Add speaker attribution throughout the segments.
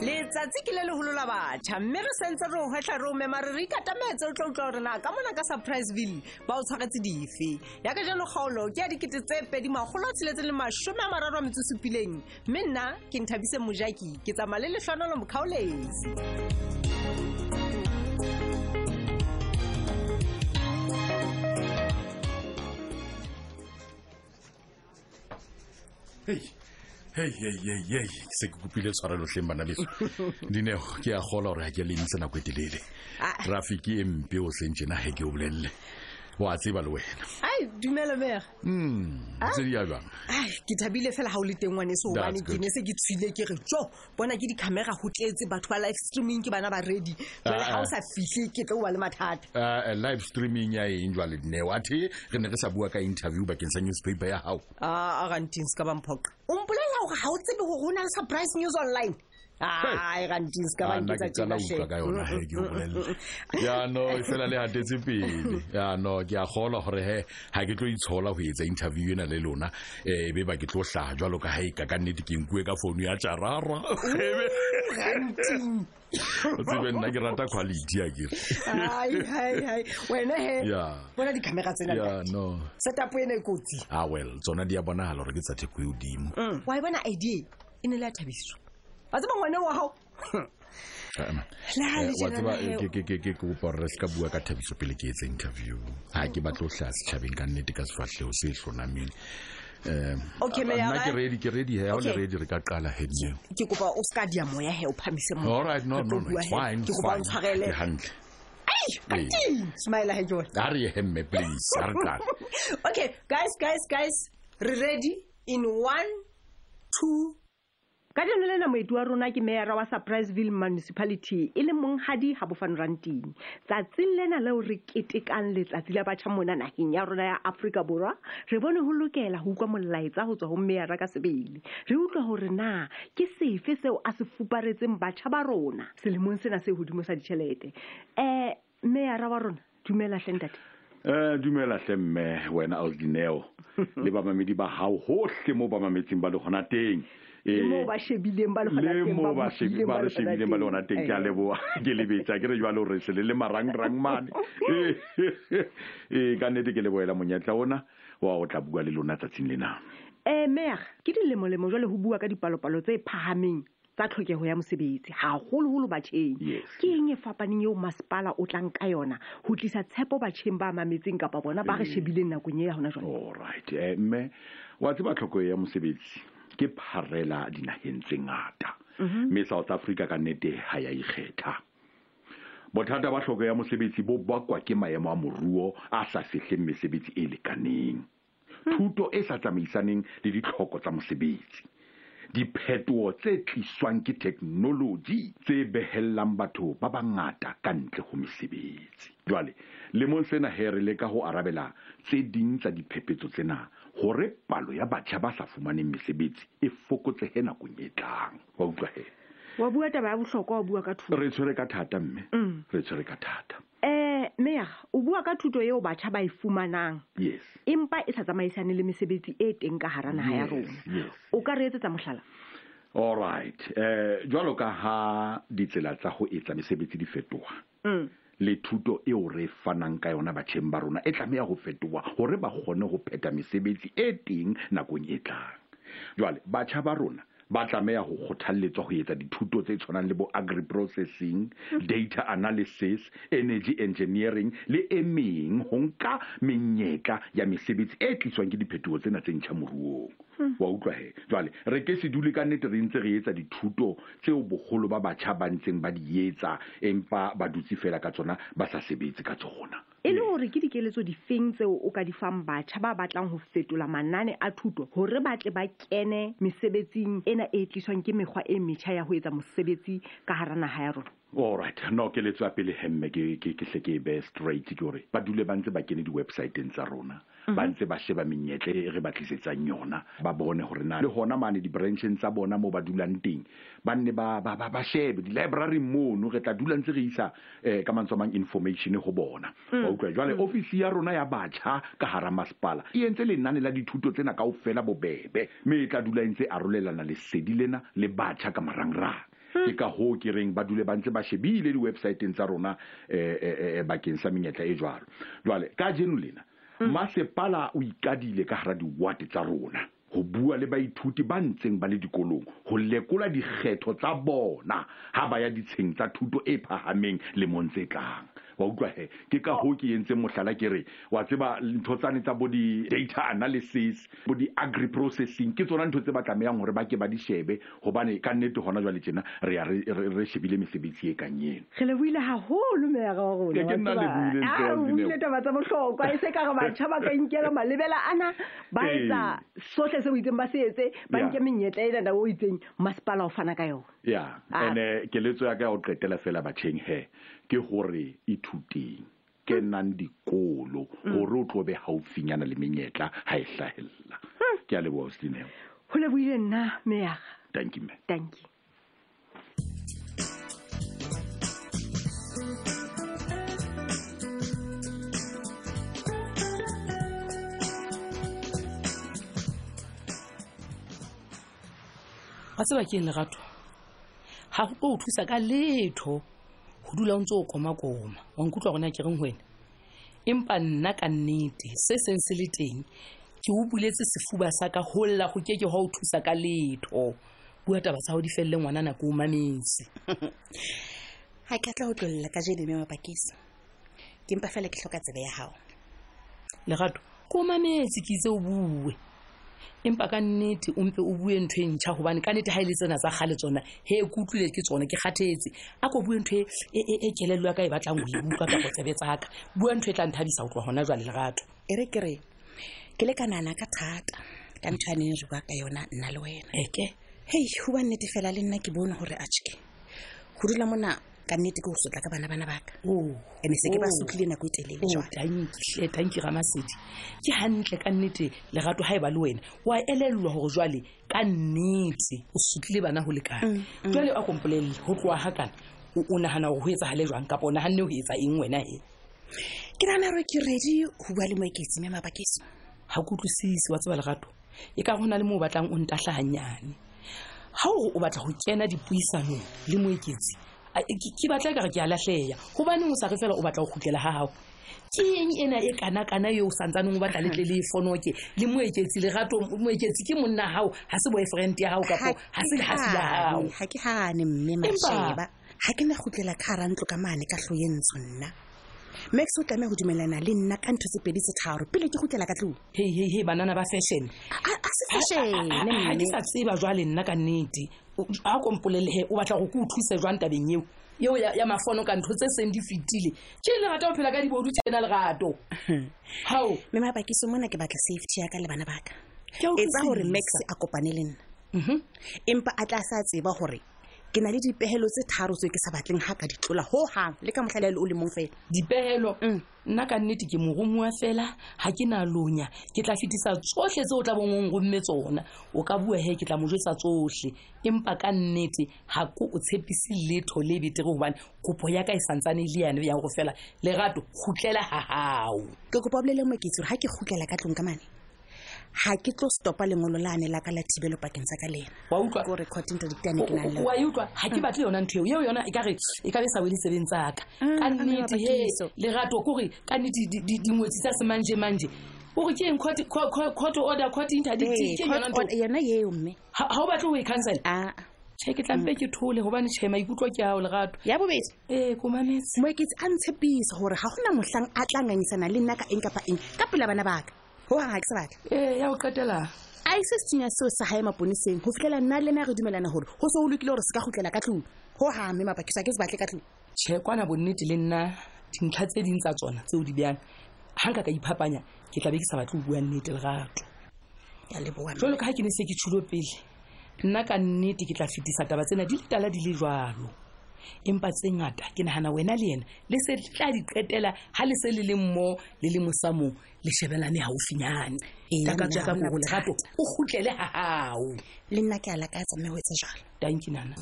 Speaker 1: letsatsi ke le leholo la batjha mme re sentse re o hwehla re o mema re re ikatametse o tlo utlwa hore na ka mona ka surpriseville ba o tshwaretse dife ya ka jalo kgaolo ke ya dikete tse pedi magolo a tsheletseng le mashome a mararo a metso e supileng mme nna ke nthabise mojaki ke tsamaya le lehlohonolo mokgaolesi
Speaker 2: hei hei hei hei hei se ke kopile tshwarelotlheng bana beso dineo ke a gola gore ga ke lemisa nako e telele
Speaker 1: Ah.
Speaker 2: trafiki e mpe o seng tjena ge ke o bolelele wa tseba le wena
Speaker 1: ai dumela mere
Speaker 2: Mm, tse di a jang
Speaker 1: ai ke thabile fela ga o le teng ngwane se obane
Speaker 2: That's
Speaker 1: ke
Speaker 2: good.
Speaker 1: ne se ke tshwile ke re jo bona ke di-camera go tletse batho ba live streaming ke bana ba ready jale
Speaker 2: Ah,
Speaker 1: ga o
Speaker 2: ah.
Speaker 1: sa fitlhe ke tlo ba le mathata
Speaker 2: Uh, live streaming ya eng jwale dineo athe re ne re sa bua ka interview bakeng sa newspaper ya gago
Speaker 1: a rantins ka bamphoqa o mpolelela gore ga o tsebe gore go na le surprise news online ai rantins ka
Speaker 2: nna ke qala ho utlwa ka yona he ke o bolelle jaanong e fela le hatetse pele jaanong ke a kgolwa gore he ga ke tlo itshola go etsa interview ena le lona um be ba ke tlo tlhaga jwalo ka ga e ka ka nnete ke nkue ka founu ya E jarara
Speaker 1: rantin
Speaker 2: o tsebe nna ke rata quality akere
Speaker 1: ai hai hai wena he
Speaker 2: ya
Speaker 1: bona di-camera tsena
Speaker 2: ya no
Speaker 1: setup ena e kotsi
Speaker 2: a well tsona di a bonagala gore ke tsa theko e odimo
Speaker 1: wa e bona idea e ne le ya thabiso wa tseba ngwane wa gago
Speaker 2: Eh,
Speaker 1: le ha le
Speaker 2: watseba
Speaker 1: tjenana
Speaker 2: eh,
Speaker 1: hee-
Speaker 2: ke kopa gore re se ka bua ka thabiso pele ke etsa interview ga ke batlo tlhaa setšhabeng ka nnete ka sefatlhego se e tlhonameng
Speaker 1: Okay, Mayor,
Speaker 2: nna ke
Speaker 1: I-
Speaker 2: ready ke ready he ga o le
Speaker 1: Okay.
Speaker 2: ready re ka qala headneo
Speaker 1: ke kopa o seka dia moya he o phamise moya.
Speaker 2: all right no
Speaker 1: Re
Speaker 2: no
Speaker 1: tlo
Speaker 2: no
Speaker 1: bua
Speaker 2: it's
Speaker 1: hee.
Speaker 2: fine
Speaker 1: ke
Speaker 2: it's
Speaker 1: kopa o
Speaker 2: fine
Speaker 1: tshwarele
Speaker 2: ke hantle
Speaker 1: ai rantin smile he ke wena
Speaker 2: a re ye hemme please a re qale
Speaker 1: okay, guys, guys, guys, re ready in one, two. ka leno lena moeti wa rona ke meyara wa surpriseville municipality e le monghadi habofan ranting tsatsing lena leo re ketekang letsatsi la batjha mona naheng ya rona ya aforika borwa re bone ho lokela ho utlwa molaetsa ho tswa ho meyara ka sebele re utlwa hore na ke sefe seo a se fuparetseng batjha ba rona selemong sena se hodimo sa ditjhelete um meyara wa rona dumela hlentate
Speaker 3: Eh dumela hle mme wena Aldineo le bamamedi ba hao hohle mo bamametsing ba le gona teng
Speaker 1: le moo
Speaker 3: Eh,
Speaker 1: ba shebileng ba le hona
Speaker 3: le
Speaker 1: teng,
Speaker 3: mo
Speaker 1: ba
Speaker 3: ba shebi-
Speaker 1: butileng
Speaker 3: ba re shebileng ba le
Speaker 1: hona
Speaker 3: gona teng ke a
Speaker 1: Eh.
Speaker 3: leboa ke lebetsa ke re jalo re se le le marangrang mane Eh, eh ka nnete ke leboela monyetla ona wa o tla bua le lona tsatsing lena
Speaker 4: Eh mer, ke dilemolemo jwale ho bua ka dipalopalo tse phahameng tsa tlhokeho ya mosebetsi haholoholo batjheng
Speaker 3: Yes.
Speaker 4: ke eng e fapaneng eo masepala o tlang ka yona ho tlisa tshepo batjheng ba mametseng kapa bona ba re
Speaker 3: Eh.
Speaker 4: shebileng nakong e ya hona jwale
Speaker 3: alright eh mme wa tseba tlhoko ya mosebetsi ke pharela dinaheng tse ngata mme south africa ka nnete ha ya ikgetha bothata ba tlhoko ya mosebetsi bo bakwa ke maemo a moruo a sa sehleng mesebetsi e lekaneng thuto e sa tsamaisaneng le ditlhoko tsa mosebetsi diphetoho tse tliswang ke technology tse behellang batho ba bangata ka ntle ho mesebetsi jwale lemong sena he re leka ho arabela tse ding tsa diphepetso tsena hore palo ya batjha ba sa fumaneng mesebetsi e fokotsehe nakong e tlang wa utlwa he
Speaker 4: wa bua taba ya bohlokwa wa bua ka thuto
Speaker 3: re tshwere ka thata mme
Speaker 4: Mm.
Speaker 3: re tshwere ka thata
Speaker 4: eh mer o bua ka thuto eo batjha ba e fumanang
Speaker 3: yes
Speaker 4: empa e sa tsamaisane le mesebetsi e teng ka hara naha ya
Speaker 3: Yes,
Speaker 4: rona
Speaker 3: yes.
Speaker 4: o ka re etsetsa mohlala
Speaker 3: all right eh jwalo ka ha ditsela tsa ho etsa mesebetsi di fetoha
Speaker 4: mm.
Speaker 3: le thuto eo re e fanang ka yona batjheng ba rona e tlameha ho fetoha hore ba kgone ho phetha mesebetsi e teng nakong e tlang jwale batjha ba rona ba tlameha ho kgothalletswa ho etsa dithuto tse tshwanang le bo agri processing data analysis energy engineering le e meng ho nka menyetla ya mesebetsi e tliswang ke diphetoho tsena tse ntjha moruong wa utlwa he jwale re ke se dule ka nnete re ntse re etsa dithuto tseo bogolo ba batjha ba ntseng ba di etsa empa ba dutse fela ka tsona ba sa sebetse ka tsona
Speaker 4: e le hore ke dikeletso difeng tseo o ka di fang batjha ba batlang ho fetola manane a thuto hore ba tle ba kene mesebetsing ena e tliswang ke mekgwa e metjha ya ho etsa mosebetsi ka hara naha ya rona
Speaker 3: allright no keletso ya pele hemme ke ke- ke hle ke e behe straight ke hore ba dule ba ntse ba kene di-websiteng tsa rona ba ntse ba sheba menyetle e re ba tlisetsang yona ba bone gore na le hona mane di-brancheng tsa bona moo ba dulang teng ba nne ba ba- ba- ba shebe di-librareng mono re tla dula ntse re isa um ka mantswe a mang information ho bona wa utlwa jwale ofisi ya rona ya batjha ka hara masepala e entse lenane la dithuto tsena kaofela bobebe mme e tla dula e ntse arolelana lesedi lena le batjha ka marangrang ke ka hoo ke reng ba dule ba ntse ba shebile di-websiteng tsa rona eh, eh, eh, bakeng sa menyetla e jwalo jwale ka jeno lena masepala o ikadile ka gara diwate tsa rona go bua le baithuti ba ntseng ba le dikolong go lekola dikgetho tsa bona ga ba ya ditsheng tsa thuto e phahameng lemong tse tlang wa utlwa he ke ka hoo ke entseng mohlala ke re wa tseba ntho tsane tsa bo di-data analysis bo di-agri processing ke tsona ntho tse ba tlameyang gore ba ke ba di shebe gobane ka nnete gona jwale tjena re ya re- re re shebile mesebetsi e kang eno
Speaker 4: re leboile haholo meara wa
Speaker 3: Ke- ke nna lebohile, Nthabang
Speaker 4: rona buile
Speaker 3: Dineo.
Speaker 4: taba tsa bohlokwa e se ka re batjha ba ka inkela malebela ana ba
Speaker 3: Ee.
Speaker 4: etsa sohle se o itseng ba se etse ba
Speaker 3: Yeah.
Speaker 4: nke menyetla e nana o itseng masepala o fana ka yona
Speaker 3: ya
Speaker 4: Ah.
Speaker 3: ande keletso ya ka ya go qetela fela batjheng he ke gore ithuteng kenang dikolo gore o tlo be gaufinyana le menyetla ga e hlahelela ke a leboa ostineo
Speaker 4: ho leboile nna meara
Speaker 3: thank you man
Speaker 4: thank you
Speaker 5: ga tseba ke eng lerato ga go tlo o thusa ka letho go dula o ntse o komakoma wa nkutlwa gona ke reng go wena empa nna ka nnete se seng se le teng ke o buletse sefuba sa ka golla go ke ke ga o thusa ka letho bua taba tsa go di felele ngwana nako o mametse
Speaker 6: ga ke tla go tlolela ka jeno mme mapakisi ke mpa fela ke tlhoka tsebe ya gago
Speaker 5: lerato ko mametse ke itse o bue empa ka nnete o mpe o bue ntho e ntšha gobane ka nnete ga e le tsena tsa gale tsona he ke utlwile ke tsona ke kgathetse a ko bue ntho e- e e- e kelelo ya ka e batlang go e utlwa ka go tsebe tsaka bua ntho e tla nthabisa go tloa gona jwale lerato
Speaker 6: e re kere ke le ka nana ka thata ka ntho ya neng re bua ka yona nna le wena
Speaker 5: eke
Speaker 6: hei go ba nnete fela le nna ke bone gore atšheke go dula mona ka nnete ke go sotla ka bana bana baka ande se ke ba
Speaker 5: Oh.
Speaker 6: sotlile nako e telele jwale
Speaker 5: tankihle tanki ramasedi ke gantle ka nnete lerato ga e ba le wena wa elelelwa gore jwale ka nnete o sutlile bana go
Speaker 6: Mm,
Speaker 5: lekane jwale a kompolelele go tloa gakana o nagana gore go etsagale jwang kapa o naganne go etsa eng wena e
Speaker 6: ke nana gore ke ready go bua le moeketsi e mme mabakeso
Speaker 5: ga ke utlwisise wa tseba lerato e ka gona le mo o batlang o ntatlhaganyane ga ore o batla go kena dipuisanong le moeketsi a- ke ke batla e kare ke a latlheya gobaneng o sa re fela o batla go gutlela ga gago ke eng ena e kana-kana eo o santsaneng o batla letle le e fonoke le moeketsi lerato moeketsi ke monna gago ga se boyfriend ya gago kapo ga se legafi la gago
Speaker 6: ga ke gane mme
Speaker 5: Empa-
Speaker 6: masheba ga ke na gotlela ka gara ntlo ka mane ka tlo ye ntsho nna max o tlameya go dumelana le nna ka ntho tse pedi tse tharo pele ke gotlela ka tlong
Speaker 5: hei hei hei banana ba fashion
Speaker 6: a a
Speaker 5: Ha- ha-
Speaker 6: se
Speaker 5: ha- ha
Speaker 6: fashene
Speaker 5: ke sa tseba jwale nna ka nnete O- a kompolelehe o batla go ke o thuse jwang tabeng eo eo ya ya mafono ka ntho tse seng di fetile ke lerata ho phela ka dibodu tena lerato gao
Speaker 6: mme mabakiso mona ke batla safety yaka le bana baka
Speaker 5: Ke a Mhm.
Speaker 6: etsa gore
Speaker 5: utlwisisa.
Speaker 6: max a kopane le nna empa a tla sa tseba gore ke na le dipegelo tse tharo tse ke sa batleng ga ka di tlola ho hang le ka motlhala le o le mong fela
Speaker 5: dipehelo
Speaker 6: Mm.
Speaker 5: nna ka nnete ke moromuwa fela ga ke na lonya ke tla fetisa tsohle tse o tla bongong gomme tsona o ka bua he ke tla mo jwetsa tsohle empa ka nnete ga ko o tshepise letho le betere gobane kopo ya ka e santsane e le yane ya gore fela lerato gutlela ha hao
Speaker 6: ke kopa bolele moketsi gore ga ke gotlela ka tlong ka mane ga ke tlo stopa lengolo lane la ka la thibelo pakeng tsa ka le ena
Speaker 5: wa utlwa
Speaker 6: kore cotton dictane ke Mm. nang le
Speaker 5: wa e utlwa ga ke batle yona ntho eo eo yona e kare e ka be sa wedisebeng tsaka
Speaker 6: Mm,
Speaker 5: ka
Speaker 6: a mme
Speaker 5: nnete he
Speaker 6: bapakiso.
Speaker 5: lerato kore ka nnete di- di- dingwetsi tsa semanje-manje ore ke eng court- co- co- court order court interdict ke eng yona ntho
Speaker 6: Ee, yona Ah, eo mme
Speaker 5: ha ha o batle ho e cancela
Speaker 6: aa
Speaker 5: tjhe ke
Speaker 6: Mm.
Speaker 5: tlampe ke thole gobane tjhe maikutlo ke ao lerato
Speaker 6: ya bobedi
Speaker 5: ee komametse
Speaker 6: moeketsi a ntshepisa gore ga gona motlhang a tla nganyisana le nna ka eng kapa eng ka pela bana baka ho hang ga ke se batla
Speaker 5: ee ya ho qetela
Speaker 6: a ise setsenya e seo sa gae maponeseng go fitlhela nna le na re dumelana gore go se go lokile gore se ka gotlela ka tlong go game mapakiso a ke se batle ka tlong
Speaker 5: tjhe kwana bonnete le nna dintlha tse ding tsa tsona tseo di bjang ga nka ka iphapanya ke tlabe ke sa batle ho bua nnete lerato
Speaker 6: ya leboa mme.
Speaker 5: jalo ka ga ke ne se ke tshulo pele nna ka nnete ke tla fetisa taba tsena di le tala di le jalo empa tse ngata ke nagana wena le ena le se le tla di qetela ga le se le le mmo le le mosamong le shebelane gaufinyane
Speaker 6: Ee,
Speaker 5: ka
Speaker 6: nna
Speaker 5: katso
Speaker 6: ha
Speaker 5: ka
Speaker 6: hona
Speaker 5: kobothrato o gutlele ga gago
Speaker 6: le nna ke a lakatsa mme go etse jalo
Speaker 5: tanki nana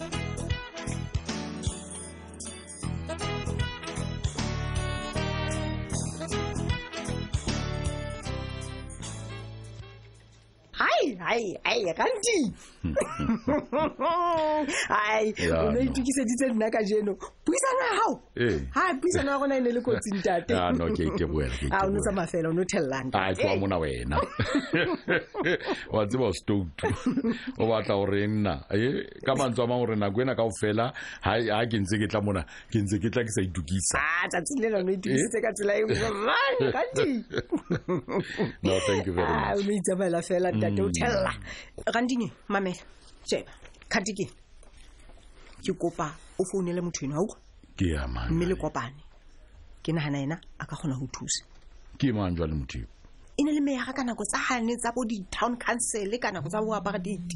Speaker 4: hai
Speaker 6: hai hai ranti ai
Speaker 3: Ya,
Speaker 6: o no
Speaker 3: no.
Speaker 6: itukiseditse nna ka jeno puisana ya gago
Speaker 3: Ee.
Speaker 6: hai puisana ya gona e ne le kotsing tate
Speaker 3: Ya, no, ke a itebohela, ke a
Speaker 6: a o no
Speaker 3: itebohela.
Speaker 6: tsa mafela o ne o
Speaker 3: a tloa
Speaker 6: thelelana
Speaker 3: mona wena wa tseba o stout o batla gore nna Eh, ka mantswe a mang gore nako ena kao fela ga ke ntse ke tla mona ke ntse ke tla ke sa itukisa
Speaker 6: a tsatsing le lone o itukisitse ka tsela e
Speaker 3: Eh?
Speaker 6: man ranti
Speaker 3: no thank you very
Speaker 6: Ah,
Speaker 3: much
Speaker 6: o no itsamaela fela tate o
Speaker 3: Mm.
Speaker 6: thelela rantinge mamela sheba kgatikeng ke kopa o founele motho eno a utlwa
Speaker 3: ke ya mang
Speaker 6: mme le
Speaker 3: jwale?
Speaker 6: kopane ke nagana ena a ka kgona go thusa
Speaker 3: ke mang jwa le motho eo?
Speaker 6: e ne le meyaga ka nako tsa gane tsa bo di-town council ka nako tsa bo apartheid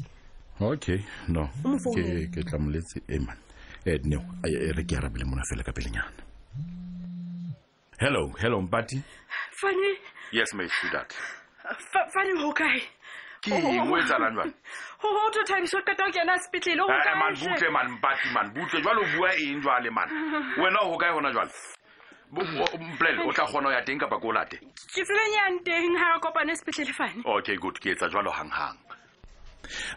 Speaker 3: okay no
Speaker 6: O mo founele.
Speaker 3: ke ke tla e, moletse eman edne e, re ke arabele mona fela ka pelenyana hello hello mpati
Speaker 7: fane
Speaker 8: yes my sweetheart
Speaker 7: fa- fane ho kae
Speaker 8: ke
Speaker 6: Oh.
Speaker 8: eng o etsalang jale
Speaker 7: ho ho tho thabiso qeta ho kena sepetlele ho
Speaker 8: Eh, eh, man
Speaker 7: kae
Speaker 8: butle man mpati man butle jwale o bua eng jwale man wena o kae hona jwale mpolele o tla kgona ho ya teng kapa ke o late
Speaker 7: ke tseleng yang teng ha re kopane sepetlele fane
Speaker 8: okay good ke etsa jwalo hanghang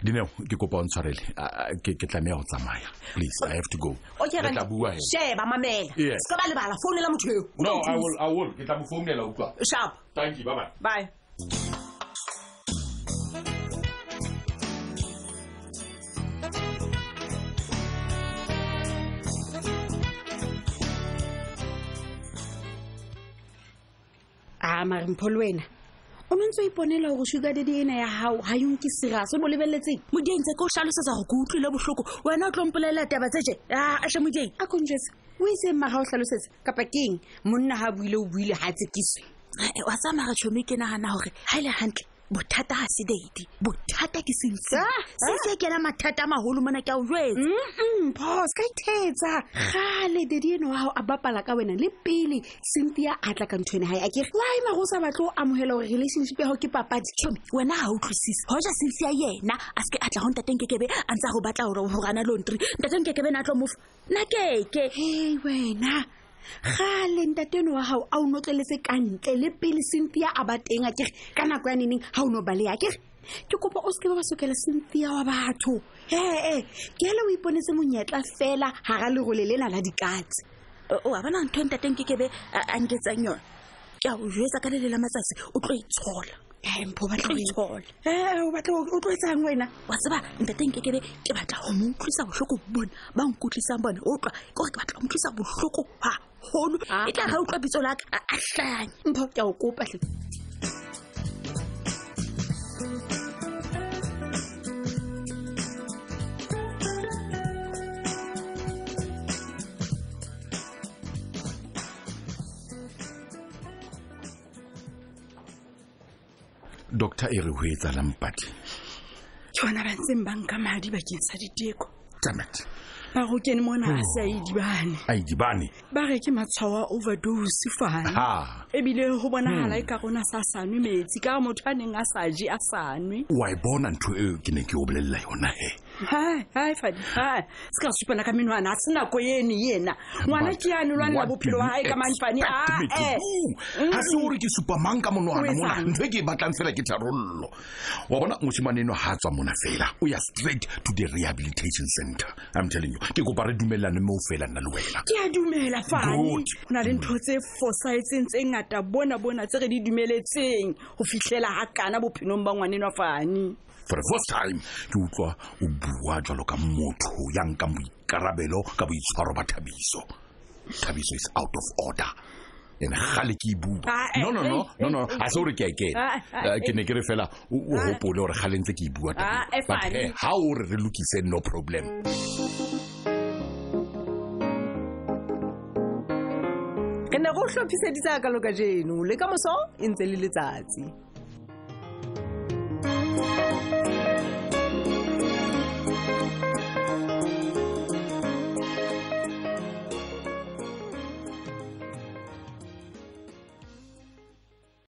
Speaker 3: dineo ke kopa o ntshwarele Ah, ah, ke ke tlameya go tsamaya please i have to go
Speaker 6: Okay,
Speaker 3: Re
Speaker 6: Randi.
Speaker 3: tla bua hee.
Speaker 6: sheba mamela
Speaker 3: Yes.
Speaker 6: se ba lebala founela motho eo O
Speaker 3: no i
Speaker 6: tlo o
Speaker 3: will i will ke tla mo founela utlwa
Speaker 6: thusa. sharp
Speaker 3: thank you bye bye
Speaker 6: bye
Speaker 9: a marempho le wena o ne ntse o iponela gore sugar dadi ena ya e gago ga yonke serius o ne o lebeletseng
Speaker 6: modeng tse ke o tlhalosetsa gore ke utlwile botlhoko wena o tlo mpolelela taba tse je atlhe modeng
Speaker 9: a konjetse o itseng maga o tlhalosetsa kapa keng monna ga buile o buile ga tsekiswe
Speaker 6: Eh, wa tsamaya tšhomi ke nagana gore ga e le gantle bothata ga se date bothata ke
Speaker 9: Ah,
Speaker 6: sentse sentse kena mathata a magolo mona ke a o jwetsa Ah.
Speaker 9: mpho se ka ithetsa gale dadi eno gago a bapala ka wena le pele cynthia a tla ka ntho ene gae a kere laema go sa batle o amogela gore relationship ya gago ke papadi
Speaker 6: tšhomi wena ga utlwisise goja sense ya yena a seke a tla go ntateng kekebe a ntse a go batla gore go gana lontri ntateng kekebe na a tlo mofa nna keke
Speaker 9: hei wena gale ntateno wa gago a o notleletse ka ntle le pele cynthia a ba teng akere ka nako ya neneng ga o no bale akere ke kopa o seke ba ba sokela cynthia wa batho ee ke ele o iponetse monyetla fela gara lerole lena la dikatse
Speaker 6: o a bona ntho e ntateng kekebe a a nketsang yone ke a o jetsa ka lele la matsatsi o tlo itshola
Speaker 9: empho
Speaker 6: o tlo itshola
Speaker 7: Eh,
Speaker 9: ee o batla o tlo etsang wena
Speaker 6: wa tseba ntateng kekebe ke batla go mo utlwisa botlhoko bona ba nkutlwisang bona o tlwa ke gore ke batla go mo utlwisa botlhoko gagolo
Speaker 7: Ah.
Speaker 6: e tla ga utlwa bitso laka a a tlanya
Speaker 9: mpho ke a o kopa hle
Speaker 3: doctor e re ho etsalang pati
Speaker 7: ke bona ba ntseng banka madi bakeng sa diteko
Speaker 3: dammit
Speaker 7: ba go kene mona a sa edibane
Speaker 3: a idibane
Speaker 7: ba re ke matshwao a overdose
Speaker 3: Ah.
Speaker 7: fane
Speaker 3: ha
Speaker 7: ebile go bonagala e ka rona sa sa nwe metsi ka motho a neng a sa je a sa nwe
Speaker 3: wa e bona ntho eo ke ne ke o bolella yona he
Speaker 7: hai hai fadi hai se ka supana ka menwana a se nako eno yena ngwana ke yane lwanela bophelo wa gae ka Ah, manfane ae
Speaker 3: ga se gore ke supa mang ka monwana
Speaker 7: O eh. etsang?
Speaker 3: mona ntho e ke e batlang fela ke tharollo wa bona mosimane eno ha a tswa mona fela o ya straight to the rehabilitation center i'm telling you ke kopa re dumellane moo fela nna le wena
Speaker 7: ke a dumela fane
Speaker 3: Good.
Speaker 7: go na le ntho tse fosaetseng tse ngata bona bona tse re di dumeletseng go fitlhela ga kana bophelong ba ngwanenwa fane
Speaker 3: for the first time ke utlwa o bua jwalo ka motho ya nkang boikarabelo ka boitshwaro ba thabiso thabiso is out of order and gale ke e bua
Speaker 7: Ah, eh,
Speaker 3: no no no
Speaker 7: eh,
Speaker 3: no no
Speaker 7: eh,
Speaker 3: ga se gore ke a e
Speaker 7: Ah,
Speaker 3: kena
Speaker 7: ah,
Speaker 3: Eh, ke ne ke re fela o o gopole gore gale ntse ke e bua
Speaker 7: Ah, eh, fine.
Speaker 3: ga o re re lokise no problem
Speaker 1: re ne go tlhophiseditse ka loka jeno le ka moso e ntse le letsatsi